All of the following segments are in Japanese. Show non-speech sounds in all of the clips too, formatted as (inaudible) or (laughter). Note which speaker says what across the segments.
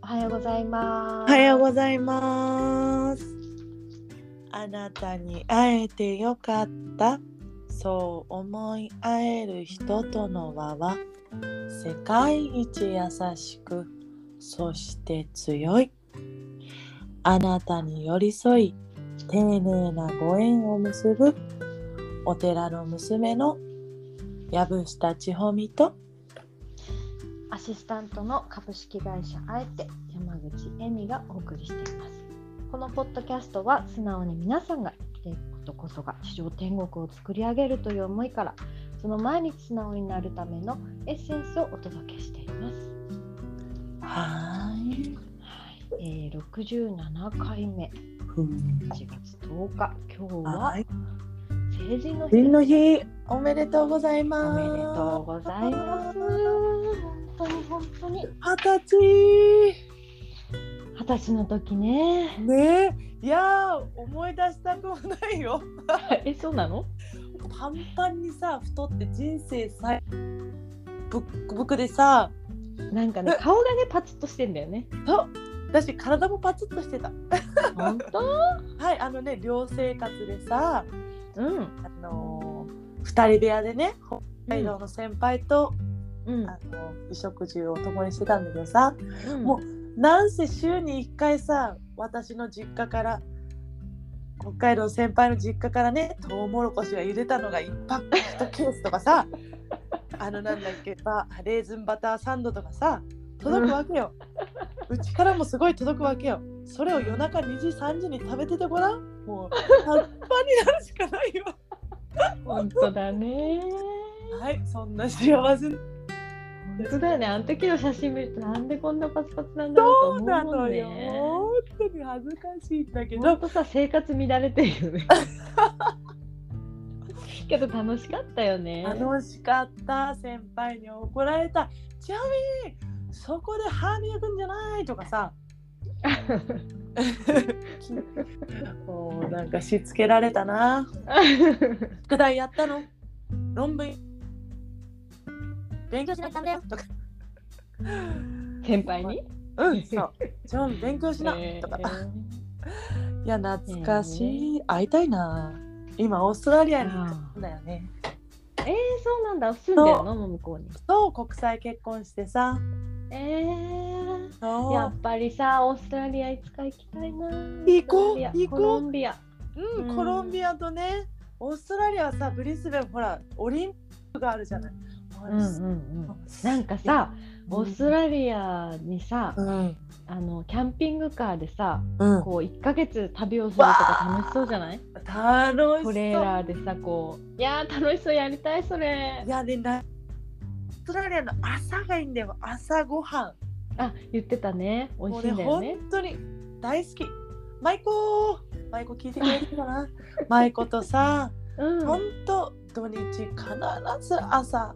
Speaker 1: ます。
Speaker 2: おはようございます。あなたに会えてよかった。そう思い合える人との輪は世界一優しく、そして強い。あなたに寄り添い、丁寧なご縁を結ぶお寺の娘の藪下千穂美と
Speaker 1: アシスタントの株式会社あえて山口恵美がお送りしています。このポッドキャストは素直に皆さんが生きていくことこそが地上天国を作り上げるという思いからその毎日素直になるためのエッセンスをお届けしています。
Speaker 2: はーい。
Speaker 1: はい、えー、67回目
Speaker 2: ふん
Speaker 1: 1月10日今日は
Speaker 2: はい。
Speaker 1: 成人の日
Speaker 2: 成人の
Speaker 1: です
Speaker 2: 日おめでとうござい
Speaker 1: お
Speaker 2: ます。
Speaker 1: めでとうございます。本当に本当に
Speaker 2: 二十
Speaker 1: 二十歳の時ね
Speaker 2: 歳。。ねえ、いやー思い出したくもないよ。
Speaker 1: (laughs) え、そうなの？
Speaker 2: パンパンにさ太って人生最ぶっくぶくでさ、
Speaker 1: なんかね、顔がねパツッとしてんだよね。
Speaker 2: と私体もパツッとしてた。
Speaker 1: 本当？
Speaker 2: はい、あのね寮生活でさ、
Speaker 1: うん。
Speaker 2: あのー二人部屋でね北海道の先輩と、
Speaker 1: うん
Speaker 2: あの衣食住を共にしてたんだけどさ、
Speaker 1: うん。
Speaker 2: もなんせ週に1回さ私の実家から北海道先輩の実家からねトウモロコシが茹でたのが1パック1ケースとかさあのなんだっけバレーズンバターサンドとかさ届くわけよ。うちからもすごい届くわけよ。それを夜中2時3時に食べててごらんもうパンパンになるしかないよ。
Speaker 1: 本当だね。
Speaker 2: はいそんな幸せ
Speaker 1: 本当だよね。あの時の写真見るとなんでこんなパツパツなんだろうと
Speaker 2: な
Speaker 1: 思うも
Speaker 2: の
Speaker 1: ん
Speaker 2: よ。
Speaker 1: ね。
Speaker 2: 本当に恥ずかしいんだけど
Speaker 1: 本当さ生活乱れてるよ (laughs) ね。けど楽しかったよね。
Speaker 2: 楽しかった先輩に怒られたちなみにそこで歯磨くんじゃないとか (laughs) さもうなんかしつけられたな宿題やったの論文勉強しないとダメだよとか
Speaker 1: (laughs) 先輩に。
Speaker 2: うん (laughs) そうジョン勉強しなとかいや懐かしい会いたいな今オーストラリアに行くんだよね
Speaker 1: えー、えーそうなんだ。住んでるのもう向こうに。
Speaker 2: そう国際結婚してさ
Speaker 1: えー。
Speaker 2: そう
Speaker 1: やっぱりさ、オーストラリアいつか行きたいな。
Speaker 2: 行こう
Speaker 1: オーストラリア
Speaker 2: 行こう
Speaker 1: コロンビア。
Speaker 2: うん、
Speaker 1: うん
Speaker 2: コロンビアとねオーストラリアはさブリスベンほらオリンピックがあるじゃない。
Speaker 1: うんうんうん。なんかさ、オースト
Speaker 2: リ
Speaker 1: ラリアにさ、
Speaker 2: アうん
Speaker 1: あのキャンピングカーでさ、
Speaker 2: うん
Speaker 1: こう一ヶ月旅をするとか楽しそうじゃない？
Speaker 2: 楽しそ
Speaker 1: ト
Speaker 2: う
Speaker 1: レーラーでさ、こういやー楽しそうやりたいそれ
Speaker 2: い。やでなオーストラリアの朝がいいんだよ朝ごはん
Speaker 1: あ、言ってたね。美味
Speaker 2: もう
Speaker 1: しい
Speaker 2: ね
Speaker 1: んだよね。
Speaker 2: 本当に大好きマイコーマイコ聞いてくれてる
Speaker 1: (laughs)
Speaker 2: かなマイコとさ
Speaker 1: うん。
Speaker 2: 本当土日必ず朝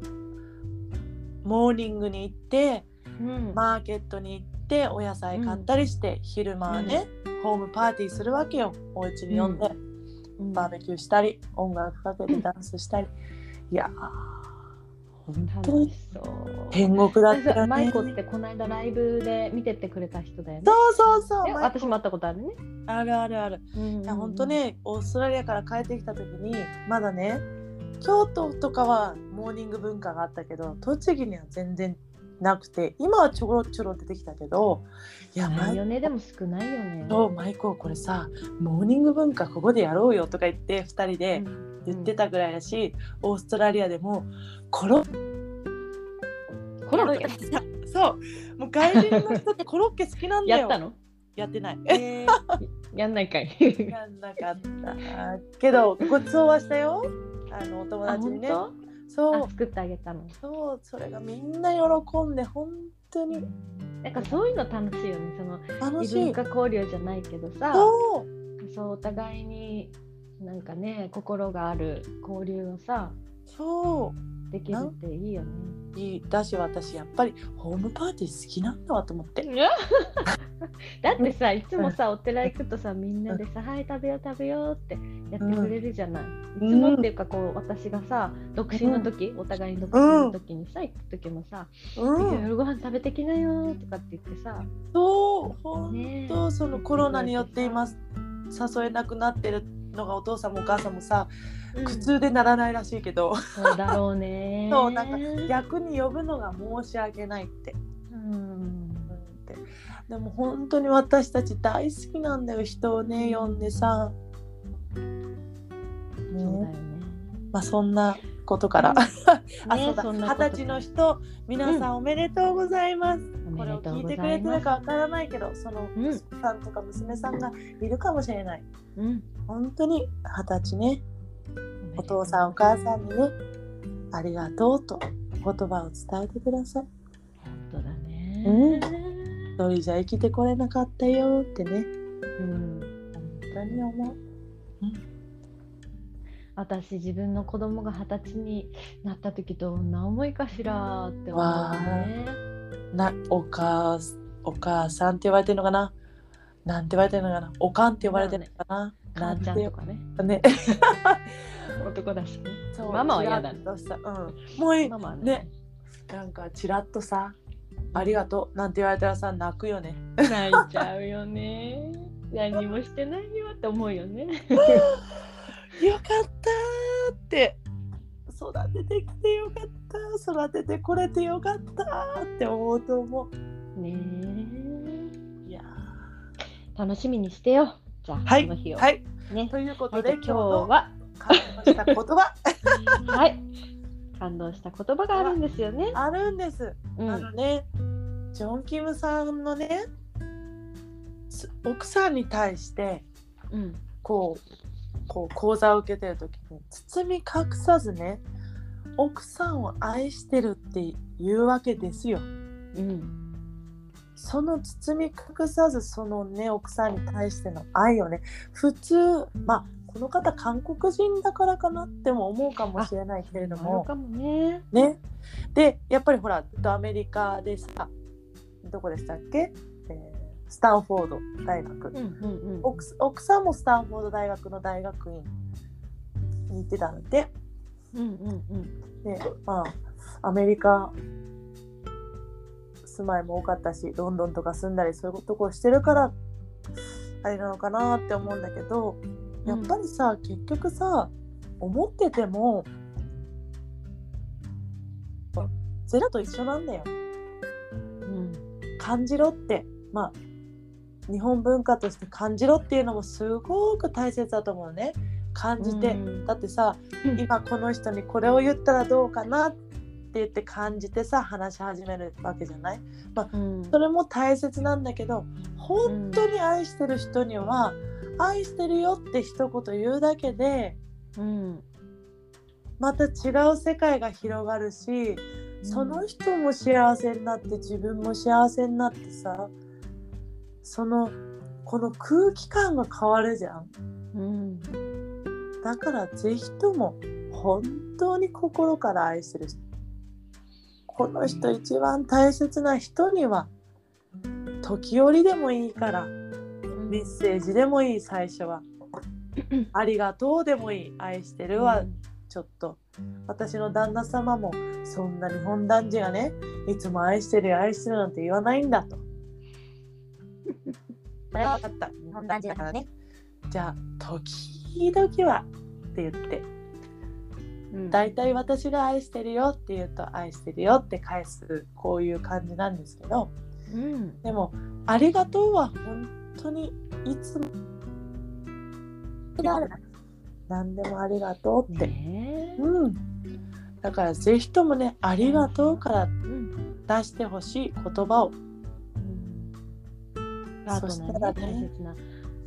Speaker 2: モーニングに行って
Speaker 1: うん。
Speaker 2: マーケットに行ってお野菜買ったりして、昼間はね、ホームパーティーするわけよお家に呼んで、
Speaker 1: うん
Speaker 2: バーベキューしたり音楽かけてダンスしたり、いやー本当
Speaker 1: 楽
Speaker 2: に
Speaker 1: しそう。
Speaker 2: 天国だったよ
Speaker 1: マイ
Speaker 2: ね
Speaker 1: コってこの間ライブで見てってくれた人だよね。
Speaker 2: そうそうそう
Speaker 1: で
Speaker 2: マイ
Speaker 1: 私も会ったことあるね。
Speaker 2: あるあるある、いや本当ねオーストラリアから帰ってきた時にまだね京都とかはモーニング文化があったけど栃木には全然なくて今はちょろちょろ出てきたけどいや
Speaker 1: な
Speaker 2: マ
Speaker 1: い
Speaker 2: イ
Speaker 1: よねでも少ないよね。
Speaker 2: そうマイコこれさモーニング文化ここでやろうよとか言って2人
Speaker 1: う
Speaker 2: で
Speaker 1: ん
Speaker 2: 言ってたぐらいだし、オーストラリアでもコロッ
Speaker 1: コロッケ
Speaker 2: ケ (laughs) そうもう外人の人ってコロッケ好きなんだよ
Speaker 1: やったの？
Speaker 2: やってない
Speaker 1: やんないかい。
Speaker 2: (laughs) やんなかったけどごちそうはしたよあのお友
Speaker 1: あ
Speaker 2: 達に
Speaker 1: 本
Speaker 2: ね
Speaker 1: 当？
Speaker 2: そ
Speaker 1: あ
Speaker 2: う
Speaker 1: 作ってあげたの。
Speaker 2: そうそれがみんな喜んで本当に
Speaker 1: なんかそういうの楽しいよね。その
Speaker 2: 楽
Speaker 1: 異
Speaker 2: し
Speaker 1: 文
Speaker 2: い
Speaker 1: 化交流じゃないけどさ、
Speaker 2: そう
Speaker 1: そうお互いになんかね心がある交流をさ
Speaker 2: そう
Speaker 1: できるっていいよね。
Speaker 2: いいだし私やっぱりホームパーティー好きなんだわと思って
Speaker 1: (laughs) だってさいつもさお寺行くとさみんなでさ「はい食べよう食べよう」ってやってくれるじゃない。いつもっていうかこう私がさ独身の時、お互いに独身の時にさ行く時もさ「
Speaker 2: うんうん
Speaker 1: 夜ご飯食べてきなよ」とかって言ってさ、
Speaker 2: そう本
Speaker 1: ねえ
Speaker 2: 当そのコロナによって今誘えなくなってるのがお父さんもお母さんもさ
Speaker 1: うん
Speaker 2: 苦痛でならないらしいけど、
Speaker 1: そうだろうね
Speaker 2: そうなんか逆に呼ぶのが申し訳ないって。
Speaker 1: うん
Speaker 2: うんってでも本当に私たち大好きなんだよ人をね呼んでさ、
Speaker 1: そうだよ
Speaker 2: ね
Speaker 1: ね
Speaker 2: まあ、そんなことから、
Speaker 1: ね
Speaker 2: あ
Speaker 1: ね
Speaker 2: そうだ
Speaker 1: そん
Speaker 2: 二
Speaker 1: なこと
Speaker 2: 十
Speaker 1: から
Speaker 2: 歳の人皆さんおめでとうございます、
Speaker 1: おめ
Speaker 2: これ
Speaker 1: で
Speaker 2: を
Speaker 1: とう
Speaker 2: 聞い
Speaker 1: ご
Speaker 2: てく
Speaker 1: ざ
Speaker 2: れ
Speaker 1: い
Speaker 2: てる
Speaker 1: ます
Speaker 2: かわからないけどその、
Speaker 1: うん
Speaker 2: 息子さんとか娘さんがいるかもしれない
Speaker 1: うん
Speaker 2: 本当に二十歳ねお父さんお
Speaker 1: ん
Speaker 2: 母さんにねありがとうとお言葉を伝えてください
Speaker 1: 本当だね
Speaker 2: う一人じゃ生きてこれなかったよってね
Speaker 1: うん
Speaker 2: 本当に思う
Speaker 1: 私自分の子供が二十歳になった時どんな思いかしらって思
Speaker 2: わ
Speaker 1: う
Speaker 2: あ
Speaker 1: ね。
Speaker 2: なお母お母さんって言われてるのかななんて言われてるのかなおかんって言われてるのかな、な
Speaker 1: 母
Speaker 2: ん
Speaker 1: ち
Speaker 2: て
Speaker 1: ゃん
Speaker 2: 言
Speaker 1: と
Speaker 2: う
Speaker 1: かね
Speaker 2: かね
Speaker 1: 男だしね。
Speaker 2: そう
Speaker 1: ママは嫌だ
Speaker 2: ち
Speaker 1: ね。
Speaker 2: らっとしたうんもういい
Speaker 1: ママは
Speaker 2: ねなんかちらっとさありがとうなんて言われたらさ泣くよね
Speaker 1: 泣いちゃうよね。何もしてないよって思うよね。
Speaker 2: よかったーって育ててきてよかったー育ててこれてよかったーって思うと思
Speaker 1: ね
Speaker 2: ういや
Speaker 1: え楽しみにしてよ。じゃあ、
Speaker 2: ーはい
Speaker 1: この日を。
Speaker 2: はい
Speaker 1: ね。
Speaker 2: というこ
Speaker 1: は
Speaker 2: と
Speaker 1: いじ
Speaker 2: で、
Speaker 1: ゃあ今日
Speaker 2: 今日の
Speaker 1: は
Speaker 2: 感動した言 (laughs) 葉
Speaker 1: はい感動した言葉があるんですよね。
Speaker 2: あるんです
Speaker 1: う
Speaker 2: あ
Speaker 1: ん
Speaker 2: のね、ジョン・キムさんのねす奥さんに対して
Speaker 1: うん
Speaker 2: こうこう講座を受けてる時に包み隠さずね奥さんを愛してるっていうわけですよ。
Speaker 1: うん
Speaker 2: その包み隠さずそのね奥さんに対しての愛をね普通まあこの方韓国人だからかなっても思うかもしれないけれど
Speaker 1: ある
Speaker 2: も
Speaker 1: かもね。
Speaker 2: ねでやっぱりほらアメリカでさどこでしたっけ、えースタンフォード大学、
Speaker 1: うんうんうん。
Speaker 2: 奥す奥さんもスタンフォード大学の大学院に行ってたので
Speaker 1: うんうんうん。
Speaker 2: でまあアメリカ住まいも多かったしロンドンとか住んだりそういうとこしてるからあれなのかなって思うんだけどやっぱりさ、結局さ思っててもゼロと一緒なんだよ
Speaker 1: うん
Speaker 2: 感じろってまあ日本文化として感じろっていうのもすごく大切だと思うね感じて、
Speaker 1: うん
Speaker 2: だってさ
Speaker 1: うん
Speaker 2: 今この人にこれを言ったらどうかなって言って感じてさ話し始めるわけじゃない
Speaker 1: うん
Speaker 2: それも大切なんだけど本当に愛してる人には「愛してるよ」って一言言うだけで
Speaker 1: うん
Speaker 2: また違う世界が広がるしその人も幸せになって自分も幸せになってさそのこの空気感が変わるじゃん
Speaker 1: うん
Speaker 2: だからぜひとも本当に心から愛する人この人一番大切な人には時折でもいいから
Speaker 1: うん
Speaker 2: メッセージでもいい最初は「ありがとう」でもいい「愛してる」はちょっと私の旦那様もそんな日本男児がねいつも愛してるよ愛してるなんて言わないんだ (laughs) と。それは分かった日本男児だからね。じゃあ時々はって言って
Speaker 1: うん
Speaker 2: 大体私が愛してるよって言うと愛してるよって返すこういう感じなんですけど
Speaker 1: うん
Speaker 2: でもありがとうは本当にいつも何でもありがとうって。
Speaker 1: ね
Speaker 2: うん、だからぜひともね「ありがとう」から
Speaker 1: えうん
Speaker 2: 出してほしい言葉を
Speaker 1: パート
Speaker 2: そし
Speaker 1: ナ
Speaker 2: たら
Speaker 1: ーにね
Speaker 2: ね
Speaker 1: 大切な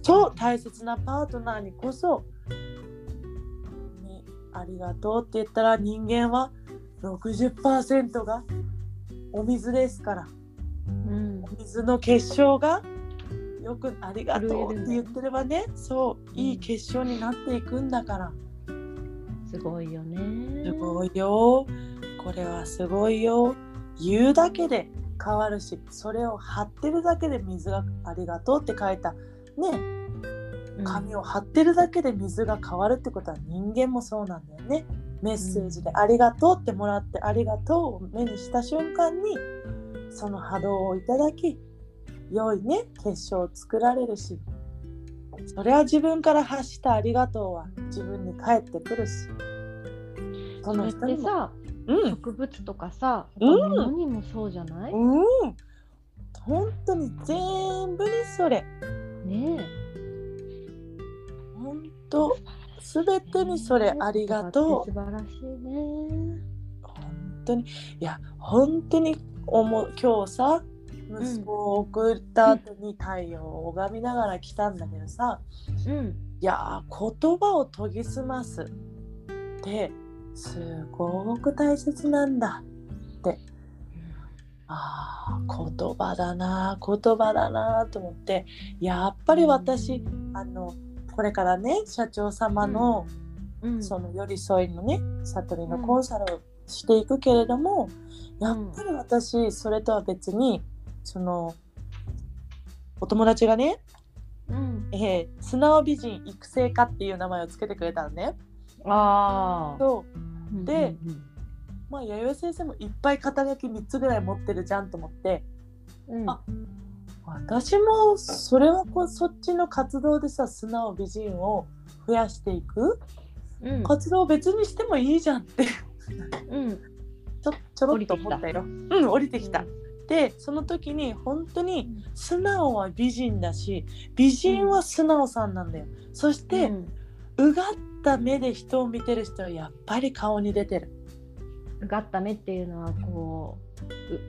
Speaker 2: そう大切なパートナーにこそ「ねありがとう」って言ったら人間は60%がお水ですから
Speaker 1: うん
Speaker 2: お水の結晶がよく「ありがとう」
Speaker 1: 震え
Speaker 2: って言
Speaker 1: るんだよね
Speaker 2: ってればねそういい結晶になっていくんだから。
Speaker 1: すごいよね
Speaker 2: すごいよ。これはすごいよ。言うだけで変わるしそれを貼ってるだけで水がありがとうって書いたね紙を貼ってるだけで水が変わるってことは人間もそうなんだよねメッセージで「ありがとう」ってもらって「ありがとう」を目にした瞬間にその波動をいただき良いね結晶を作られるしそれは自分から発した「ありがとう」は自分に返ってくるしそ
Speaker 1: そ
Speaker 2: の
Speaker 1: れっ
Speaker 2: 人に
Speaker 1: て
Speaker 2: も
Speaker 1: さ
Speaker 2: うん
Speaker 1: 植物とかさ
Speaker 2: うん
Speaker 1: 他のものにもそうじゃない、
Speaker 2: うん本当に全部にそれ
Speaker 1: ね
Speaker 2: 本当全てにそれありがとう
Speaker 1: 素晴らしいね
Speaker 2: 本当にいや本当に思う今日さ息子を送った後に太陽を拝みながら来たんだけどさ、
Speaker 1: うん
Speaker 2: いやー言葉を研ぎ澄ますってすごく大切なんだってあー言葉だな言葉だなと思ってやっぱり私あのこれからね社長様の、
Speaker 1: うん
Speaker 2: その寄り添いのね悟りのコンサルをしていくけれども、やっぱり私それとは別にそのお友達がね、
Speaker 1: うん
Speaker 2: えー素直美人育成家っていう名前をつけてくれたのね。
Speaker 1: ああ
Speaker 2: とで
Speaker 1: うん
Speaker 2: まあ弥生先生もいっぱい肩書き3つぐらい持ってるじゃんと思って
Speaker 1: うんうん
Speaker 2: あ私もそれはこうそっちの活動でさ素直美人を増やしていく
Speaker 1: うん
Speaker 2: 活動を別にしてもいいじゃんってち
Speaker 1: うん
Speaker 2: ょちょろっと思ったよ。うん降りてきた。でその時に本当に素直は美人だし美人は素直さんなんだよそして、
Speaker 1: うん
Speaker 2: うがった目で人を見てる人はやっぱり顔に出てる
Speaker 1: うがった目っていうのはこ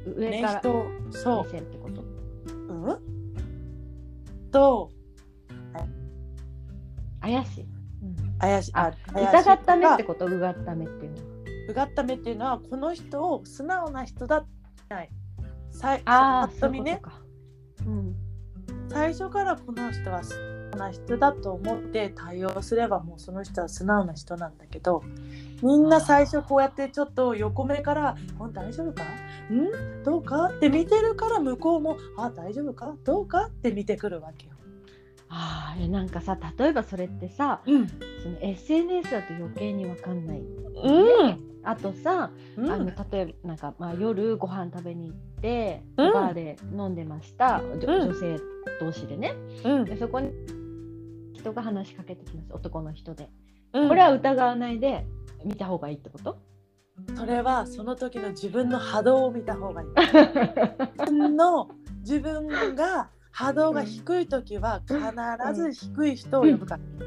Speaker 1: うう上
Speaker 2: ね
Speaker 1: から
Speaker 2: 人をそ
Speaker 1: 目線ってこと
Speaker 2: ううんと
Speaker 1: 怪しい、うん、
Speaker 2: 怪し
Speaker 1: あ
Speaker 2: 怪しい
Speaker 1: 疑った目ってことうがった目っていうのは
Speaker 2: うがった目っていうのはこの人を素直な人だってないさい
Speaker 1: ああ
Speaker 2: ぱっ
Speaker 1: そ
Speaker 2: と
Speaker 1: うい
Speaker 2: 見
Speaker 1: うこと
Speaker 2: ね
Speaker 1: かうん
Speaker 2: 最初からこの人は素直な人だと思って対応すればもうその人は素直な人なんだけどみんな最初こうやってちょっと横目から「うん大丈夫かんどうか?」って見てるから向こうも「あ大丈夫かどうか?」って見てくるわけよ。
Speaker 1: あーえなんかさ例えばそれってさ
Speaker 2: うん
Speaker 1: その SNS だと余計にわかんない
Speaker 2: うん
Speaker 1: あとさ、
Speaker 2: うん
Speaker 1: あの例えばなんか、まあ、夜ご飯食べに行って、
Speaker 2: うん
Speaker 1: バーで飲んでました、じょ
Speaker 2: うん
Speaker 1: 女性同士でね
Speaker 2: うん
Speaker 1: でそこに人が話しかけてきます男の人で、
Speaker 2: うん
Speaker 1: これは疑わないで見た方がいいってこと
Speaker 2: それはその時の自分の波動を見た方がいい。自分の自分が波動が低い時は必ず低い人を呼ぶから。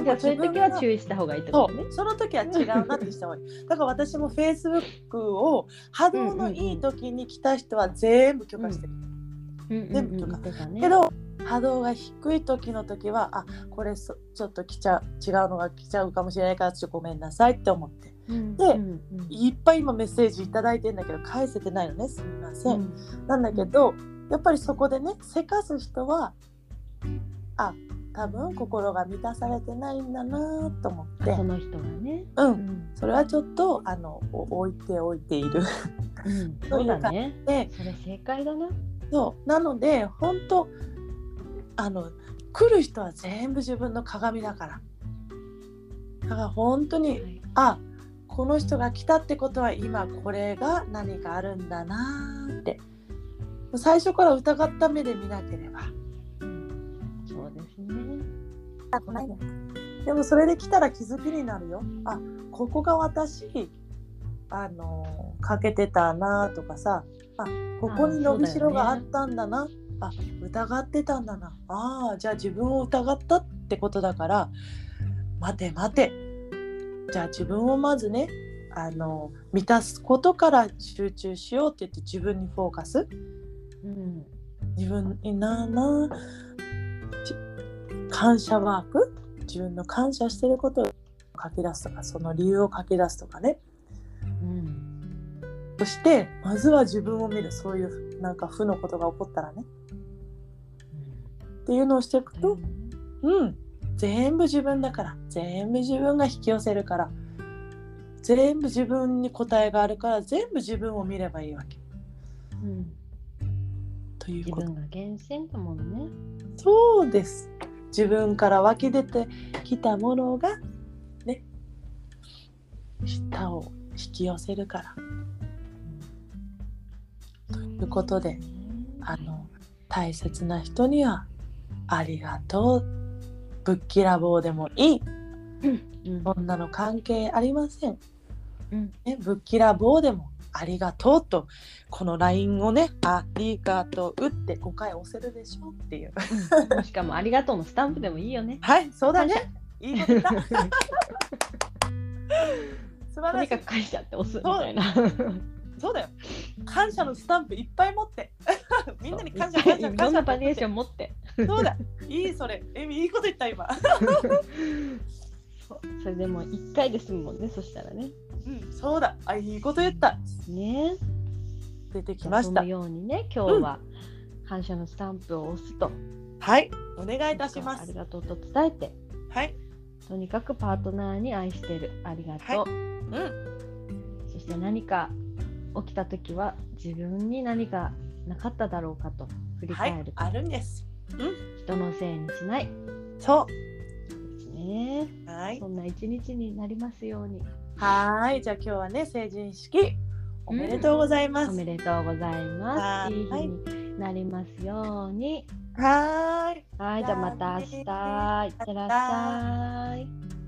Speaker 2: で
Speaker 1: じゃあそういう時は
Speaker 2: の
Speaker 1: 注意した方がいいってこと
Speaker 2: そ
Speaker 1: ね
Speaker 2: うその時は違うなって人が多いだから私もフェイスブックを波動のいい時に来た人は全部許可してる
Speaker 1: うんうん
Speaker 2: 全部
Speaker 1: う
Speaker 2: と
Speaker 1: ん
Speaker 2: か
Speaker 1: 言ってたね
Speaker 2: けど波動が低い時の時はあこれそちょっと来ちゃう違うのが来ちゃうかもしれないからちょっとごめんなさいって思って
Speaker 1: うん
Speaker 2: で
Speaker 1: うんうん
Speaker 2: いっぱい今メッセージ頂いただいてんだけど返せてないのねすみません、
Speaker 1: うん
Speaker 2: なんだけどやっぱりそこでねせかす人はあ多分心が満たされてないんだなと思って
Speaker 1: その人がね、
Speaker 2: う
Speaker 1: うんん
Speaker 2: それはちょっとあのお置いておいている (laughs)
Speaker 1: うん、そうだね
Speaker 2: で
Speaker 1: それ正解だな
Speaker 2: そうなので本当あの来る人は全部自分の鏡だからだから本当にあこの人が来たってことは今これが何かあるんだなーって最初から疑った目で見なければ
Speaker 1: そうですね
Speaker 2: でもそれで来たら気づきになるよ。あここが私あのかけてたなとかさあここに伸びしろがあったんだなあ疑ってたんだなあーじゃあ自分を疑ったってことだから待て待てじゃあ自分をまずねあの満たすことから集中しようって言って自分にフォーカス
Speaker 1: うん
Speaker 2: 自分にななじ感謝ワーク自分の感謝してることを書き出すとかその理由を書き出すとかね
Speaker 1: うん
Speaker 2: そしてまずは自分を見るそういうなんか負のことが起こったらねっていうのをしていくと、うん、全部自分だから全部自分が引き寄せるから全部自分に答えがあるから全部自分を見ればいいわけ。
Speaker 1: うん
Speaker 2: という
Speaker 1: 自
Speaker 2: こと
Speaker 1: 分が原点だもんね。
Speaker 2: そうです自分から湧き出てきたものがね他を引き寄せるからということであの大切な人には「ありがとう」「ぶっきらぼうでもいい」
Speaker 1: うん、
Speaker 2: そんなの関係ありません。
Speaker 1: うん、
Speaker 2: ね、ぶっきらぼうでも「ありがとう」とこの LINE をね「ありがとう」って5回押せるでしょっていう。
Speaker 1: うんしかもありがとうのスタンプでもいいよね。
Speaker 2: はいそうだね。いいことだ素
Speaker 1: と
Speaker 2: 晴ら
Speaker 1: に
Speaker 2: し
Speaker 1: か
Speaker 2: い
Speaker 1: く返しちゃって押すみたいな。
Speaker 2: そうだよ感謝のスタンプいっぱい持って (laughs) みんなに感謝
Speaker 1: いっぱ
Speaker 2: 感
Speaker 1: い
Speaker 2: 謝
Speaker 1: いろ
Speaker 2: 感
Speaker 1: ん
Speaker 2: 謝
Speaker 1: なバリエーション持って。
Speaker 2: そうだいいそれえみいいこと言った今
Speaker 1: そうそれでも一回で済むもんね。そしたらね。
Speaker 2: うんそうだあいいこと言った
Speaker 1: ね。
Speaker 2: 出てきまし
Speaker 1: そ
Speaker 2: た
Speaker 1: のようにね、今日は感謝のスタンプを押すと、
Speaker 2: はいお願いいたしま
Speaker 1: あ
Speaker 2: す
Speaker 1: りがとうと伝えて、
Speaker 2: はい
Speaker 1: とにかくパートナーに愛してるありがとう。
Speaker 2: うん
Speaker 1: そして何か起きた時は自分に何かなかっただろうかと振り
Speaker 2: は
Speaker 1: 返
Speaker 2: い
Speaker 1: ると、
Speaker 2: あるんです
Speaker 1: 人のせいにしない
Speaker 2: そ
Speaker 1: ですね。
Speaker 2: うはい
Speaker 1: そんな一日になりますように。
Speaker 2: はーいじゃあ今日はね成人式おめでとうございます、
Speaker 1: おめでとうございま
Speaker 2: は
Speaker 1: す。
Speaker 2: い
Speaker 1: いい日になりますように。
Speaker 2: はーい
Speaker 1: はい、じゃあまた明日。いってらっしゃい。
Speaker 2: ま